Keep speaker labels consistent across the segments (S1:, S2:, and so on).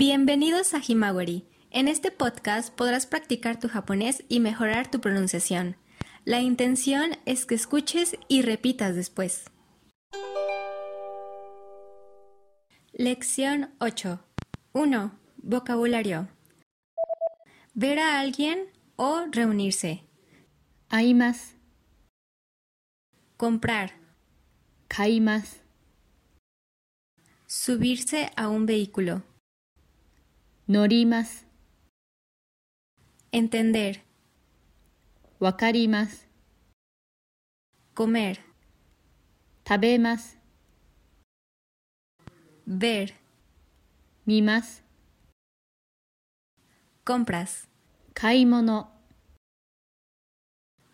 S1: Bienvenidos a Himawari. En este podcast podrás practicar tu japonés y mejorar tu pronunciación. La intención es que escuches y repitas después. Lección 8. 1. Vocabulario. Ver a alguien o reunirse.
S2: 会います、
S1: Comprar.
S2: 買います、
S1: Subirse a un vehículo.
S2: 乗ります、
S1: Entender.
S2: わかります、
S1: Comer.
S2: 食べます、
S1: Ver.
S2: 見ます、
S1: Compras.
S2: 買い物、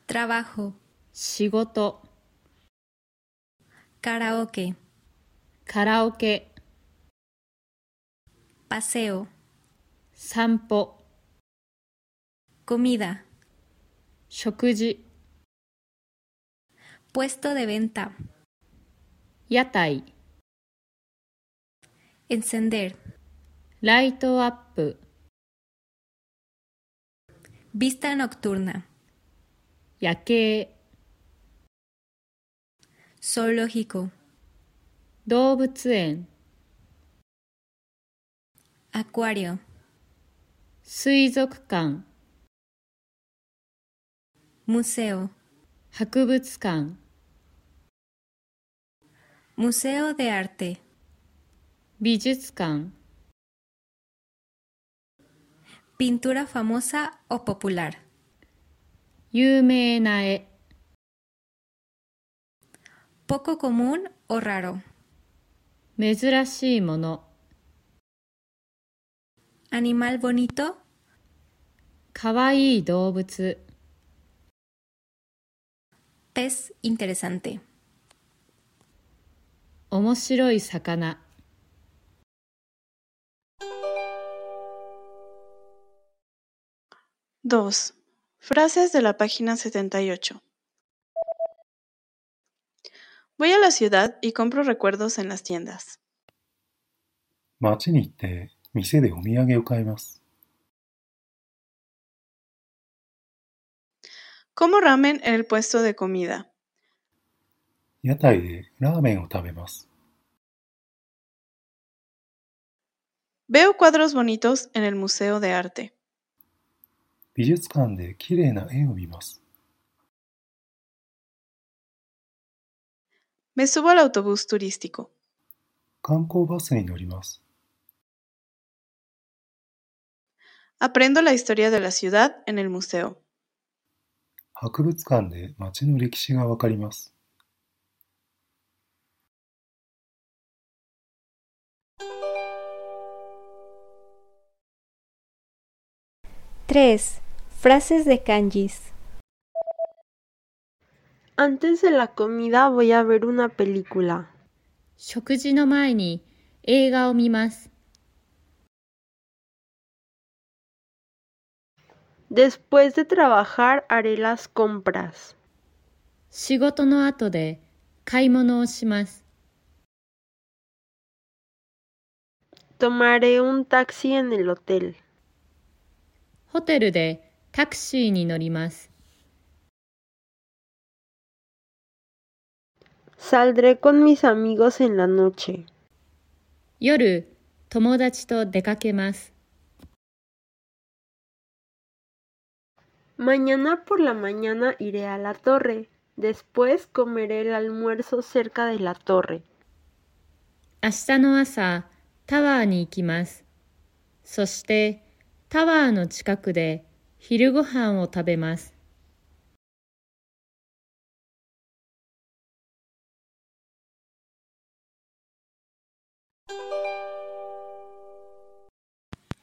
S1: Trabajo.
S2: 仕事、
S1: Karaoke.
S2: カラオケ、
S1: Paseo.
S2: 散歩、
S1: Comida.
S2: 食事、
S1: Puesto de venta.
S2: 屋台、
S1: Encender.
S2: ライトアップ、
S1: Vista nocturna.
S2: 夜景、
S1: Zoológico.
S2: 動物園、
S1: Acuario.
S2: 水族館、
S1: Museo.
S2: 博物館、
S1: Museo de arte.
S2: 美術館、
S1: Pintura famosa o popular.
S2: 有名な絵、
S1: Poco común o raro.
S2: 珍しいもの、
S1: Animal bonito.
S2: かわいい動物、
S1: Pez interesante.
S2: 面白い魚。
S3: 2. Frases de la página 78. Voy a la ciudad y compro recuerdos en las tiendas.
S4: 街に行って店でお土産を買います。
S3: Como ramen en el puesto de comida.
S4: 屋台でラーメンを食べます。
S3: Veo cuadros bonitos en el museo de arte.
S4: 美術館で綺麗な絵を見ます。
S3: Me subo al autobús turístico.
S4: 観光バスに乗ります。
S3: Aprendo la historia de la ciudad en el museo.
S4: 博物館で街の歴史がわかります。
S1: 3. Frases de kanjis.
S5: Antes de la comida voy a ver una película.
S2: 食事の前に映画を見ます。
S5: Después de trabajar haré las compras.
S2: 仕事の後で買い物をします。
S5: Tomaré un taxi en el hotel.
S2: ホテルでタクシーに乗ります。
S5: Saldré con mis amigos en la noche.
S2: 夜、友達と出かけます。
S5: Mañana por la mañana iré a la torre. Después comeré el almuerzo cerca de la torre.
S2: 明日の朝、タワーに行きます。そして、タワーの近くで昼ご飯を食べます。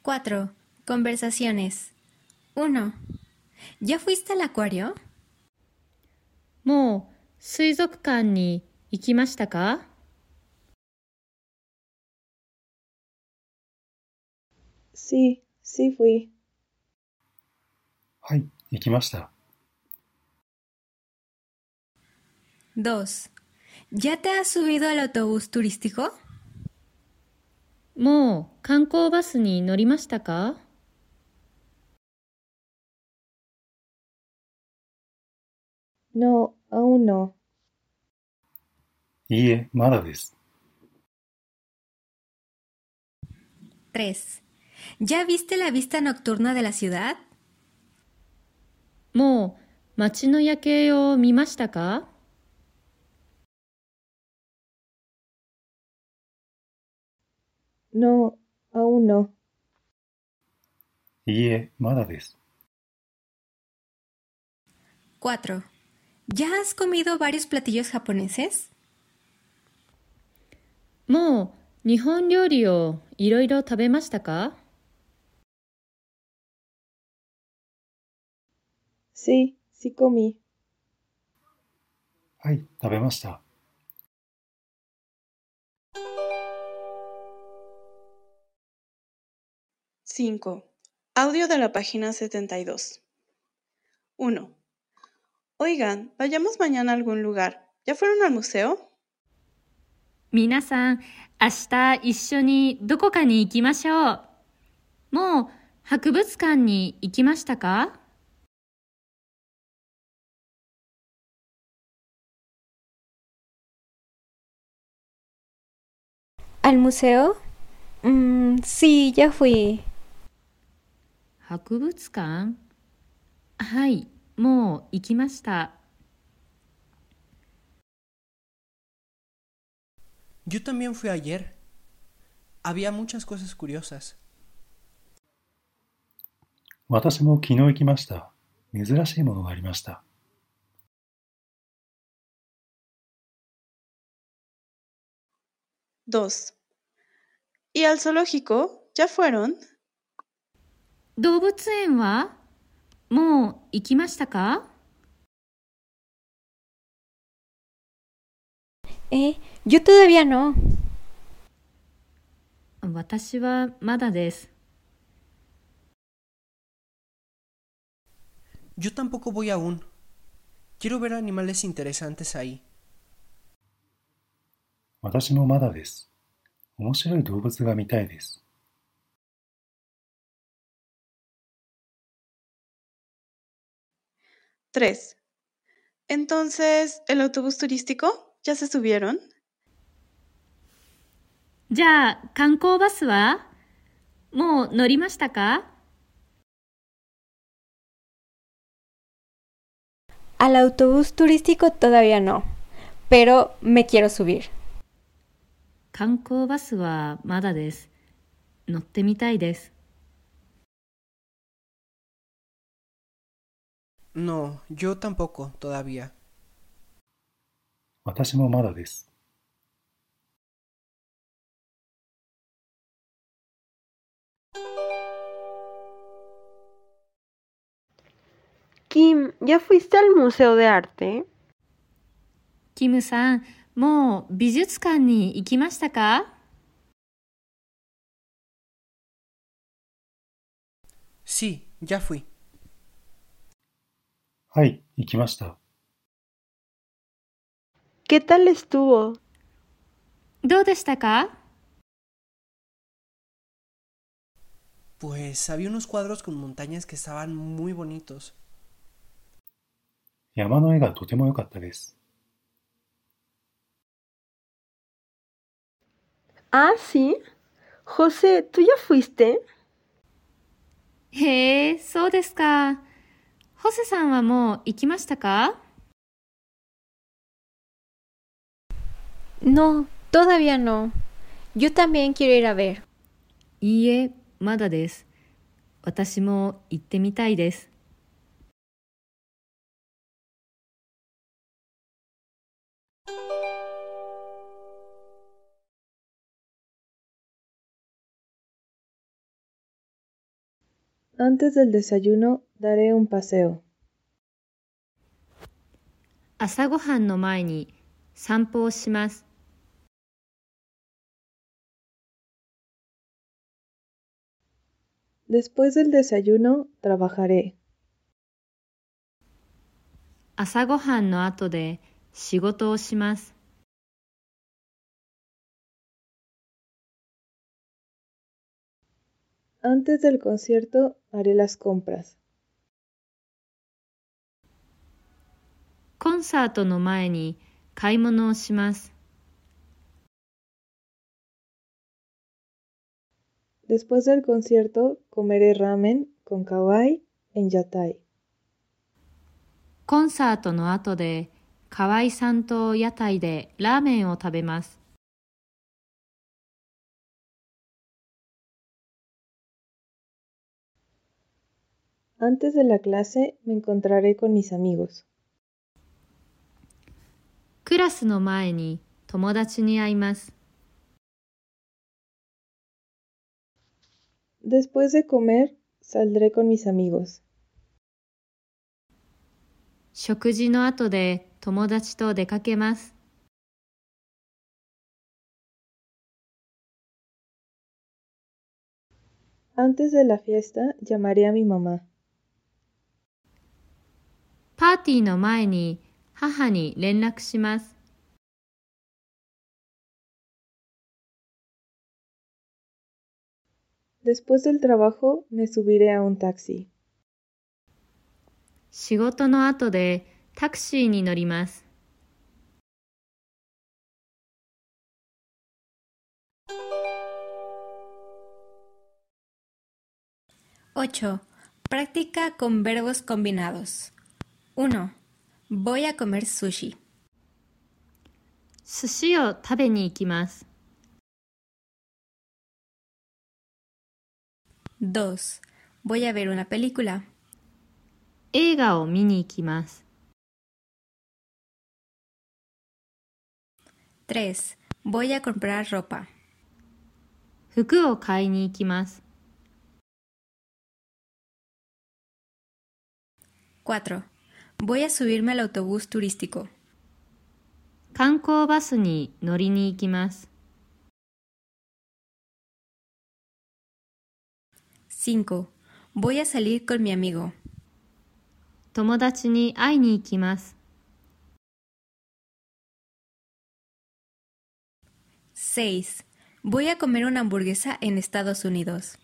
S1: 4. Conversaciones. 1. ¿Ya fuiste al acuario?
S2: もう水族館に行きましたか
S6: Sí, sí fui.
S4: はい、行きました。
S1: 2. ¿Ya te has subido al autobús turístico?
S2: うもう観光バスに乗りましたか
S6: No, aún no.
S4: いいえ、まだです。
S1: 3. ¿Ya viste la vista nocturna de la ciudad?
S2: もう街の夜景を見ましたか
S6: No, aún no.
S4: いいえ、まだです。
S1: 4. ¿Ya has comido varios platillos japoneses?
S2: もう日本料理をいろいろ食べましたか
S6: Sí, sí comí.
S4: はい、食べました。
S3: 5. Audio de la página 72. 1. Oigan, vayamos mañana a algún lugar. ¿Ya fueron al museo?
S2: 皆さん、明日一緒にどこかに行きましょう。もう博物館に行きましたか
S1: ¿Al museo? Mm, sí, ya fui.
S2: 博物館はい、もう行きました。
S7: Yo también fui ayer. Había muchas cosas curiosas.
S4: 私も昨日行きました。珍しいものがありました。
S3: 2. ¿Y al zoológico? ¿Ya fueron?
S2: 動物園はもう行きましたか
S1: Eh, yo todavía no.
S2: 私はまだです。
S7: Yo tampoco voy aún. Quiero ver animales interesantes ahí.
S4: 私もまだです。面白い動物が見たいです。
S3: 3. Entonces, ¿el autobús turístico? ¿Ya se subieron?
S2: じゃあ観光バスはもう乗りましたか
S8: Al autobús turístico todavía no, pero me quiero subir.
S2: 観光バスはまだです。乗ってみたいです。
S7: No, yo tampoco, todavía.
S4: 私もまだです。
S5: Kim, ¿ya fuiste al Museo de Arte?
S2: キムさん、もう美術館に行きましたか
S7: Sí, ya fui.
S4: はい、行きました。
S5: ¿Qué tal estuvo?
S2: どうでしたか
S7: Pues había unos cuadros con montañas que estaban muy bonitos.
S4: 山の絵がとても良かったです。
S5: Ah, sí. José, ¿tú ya fuiste?
S2: へえ、そうですか。ホセさんはもう行きましたか
S8: No, todavía no. Yo también quiero ir a ver.
S2: いいえ、まだです。私も行ってみたいです。
S6: Antes del desayuno daré un paseo.
S2: 朝ごはんの前に散歩をします。
S6: Después del desayuno trabajaré.
S2: 朝ごはんの後で仕事をします。
S6: Antes del concierto haré las compras.
S2: コンサートの前に買い物をします。
S6: Después del concierto comeré ramen con kawaii en Yatai.
S2: コンサートの後で河合さんと屋台でラーメンを食べます。
S6: Antes de la clase me encontraré con mis amigos.
S2: クラスの前に友達に会います。
S6: Después de comer saldré con mis amigos.
S2: 食事の後で友達と出かけます。
S6: Antes de la fiesta llamaré a mi mamá.
S2: パーティーの前に母に連絡します。
S6: Después del trabajo me subiré a un taxi.
S2: 仕事の後でタクシーに乗ります。
S1: 8. Práctica con verbos combinados. 1. Voy a comer sushi.
S2: 寿司を食べに行きます。
S1: 2. Voy a ver una película.
S2: 映画を見に行きます。
S1: 3. Voy a comprar ropa.
S2: 服を買いに行きます。
S1: 4. Voy a subirme al autobús turístico.
S2: 観光バスに乗りに行きます。
S1: 5. Voy a salir con mi amigo.
S2: 友達に会いに行きます。
S1: 6. Voy a comer una hamburguesa en Estados Unidos.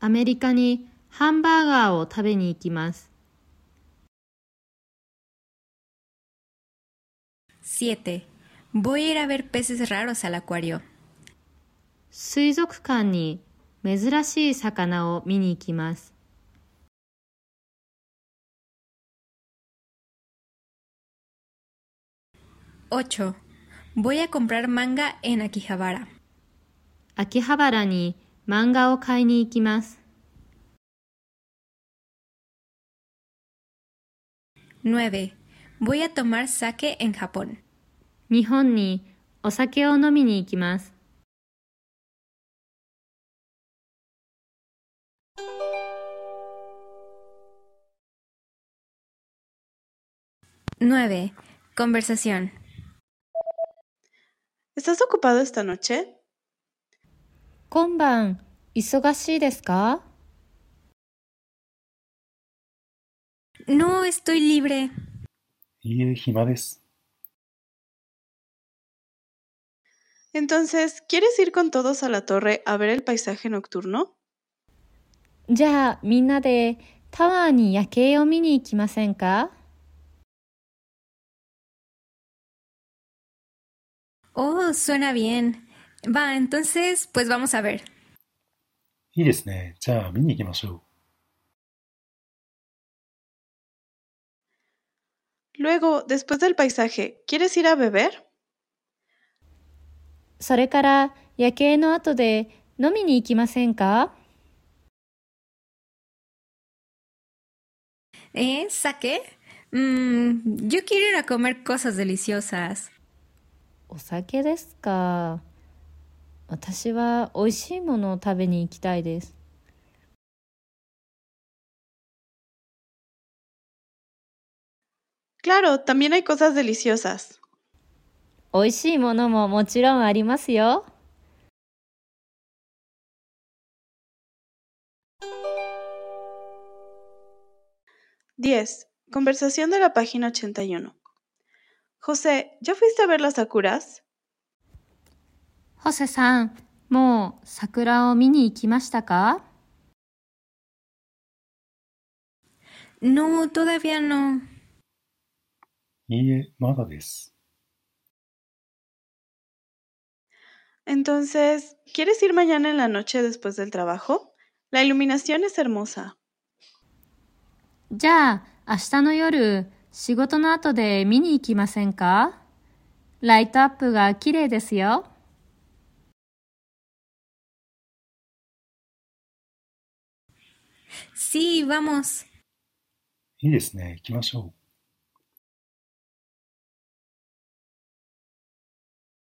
S2: アメリカにハンバーガーを食べに行きます。
S1: 7. Voy a ir a ver peces raros al acuario.
S2: 水族館に珍しい魚を見に行きます。
S1: 8. Voy a comprar manga en Akihabara.
S2: 秋葉原に漫画を買いに行きます。
S1: 9. Voy a tomar sake en Japón.
S2: 日本にお酒を飲みに行きます。
S1: 9. Conversación.
S3: ¿Estás ocupado esta noche?
S2: 今晩、忙しいですか
S1: No estoy libre.
S4: いいえ、暇です。
S3: Entonces, ¿quieres ir con todos a la torre a ver el paisaje nocturno?
S2: じゃあ、みんなでタワーに夜景を見に行きませんか
S1: Oh, suena bien. Va, entonces, pues vamos a ver.
S4: いいですね。じゃあ見に行きましょう。
S3: Luego, después del paisaje, ¿quieres ir a beber?
S2: それから夜景の後で飲みに行きませんか
S1: ¿Eh? ¿Sake? Mm, yo quiero ir a comer cosas deliciosas.
S2: お酒ですか私は美味しいものを食べに行きたいです。
S3: Claro, también hay cosas deliciosas.
S2: 美味しいものももちろんありますよ。
S3: 10. Conversación de la página 81. José, ¿ya fuiste a ver las Akuras?
S2: ホセさん、もう桜を見に行きましたか
S1: No, todavía no.
S4: いいえ、まだです。
S3: Entonces, ¿quieres ir mañana en la noche después del trabajo? La iluminación es hermosa.
S2: じゃあ明日の夜仕事の後で見に行きませんかライトアップが綺麗ですよ。
S1: Sí, vamos.
S4: いいですね、行きましょう。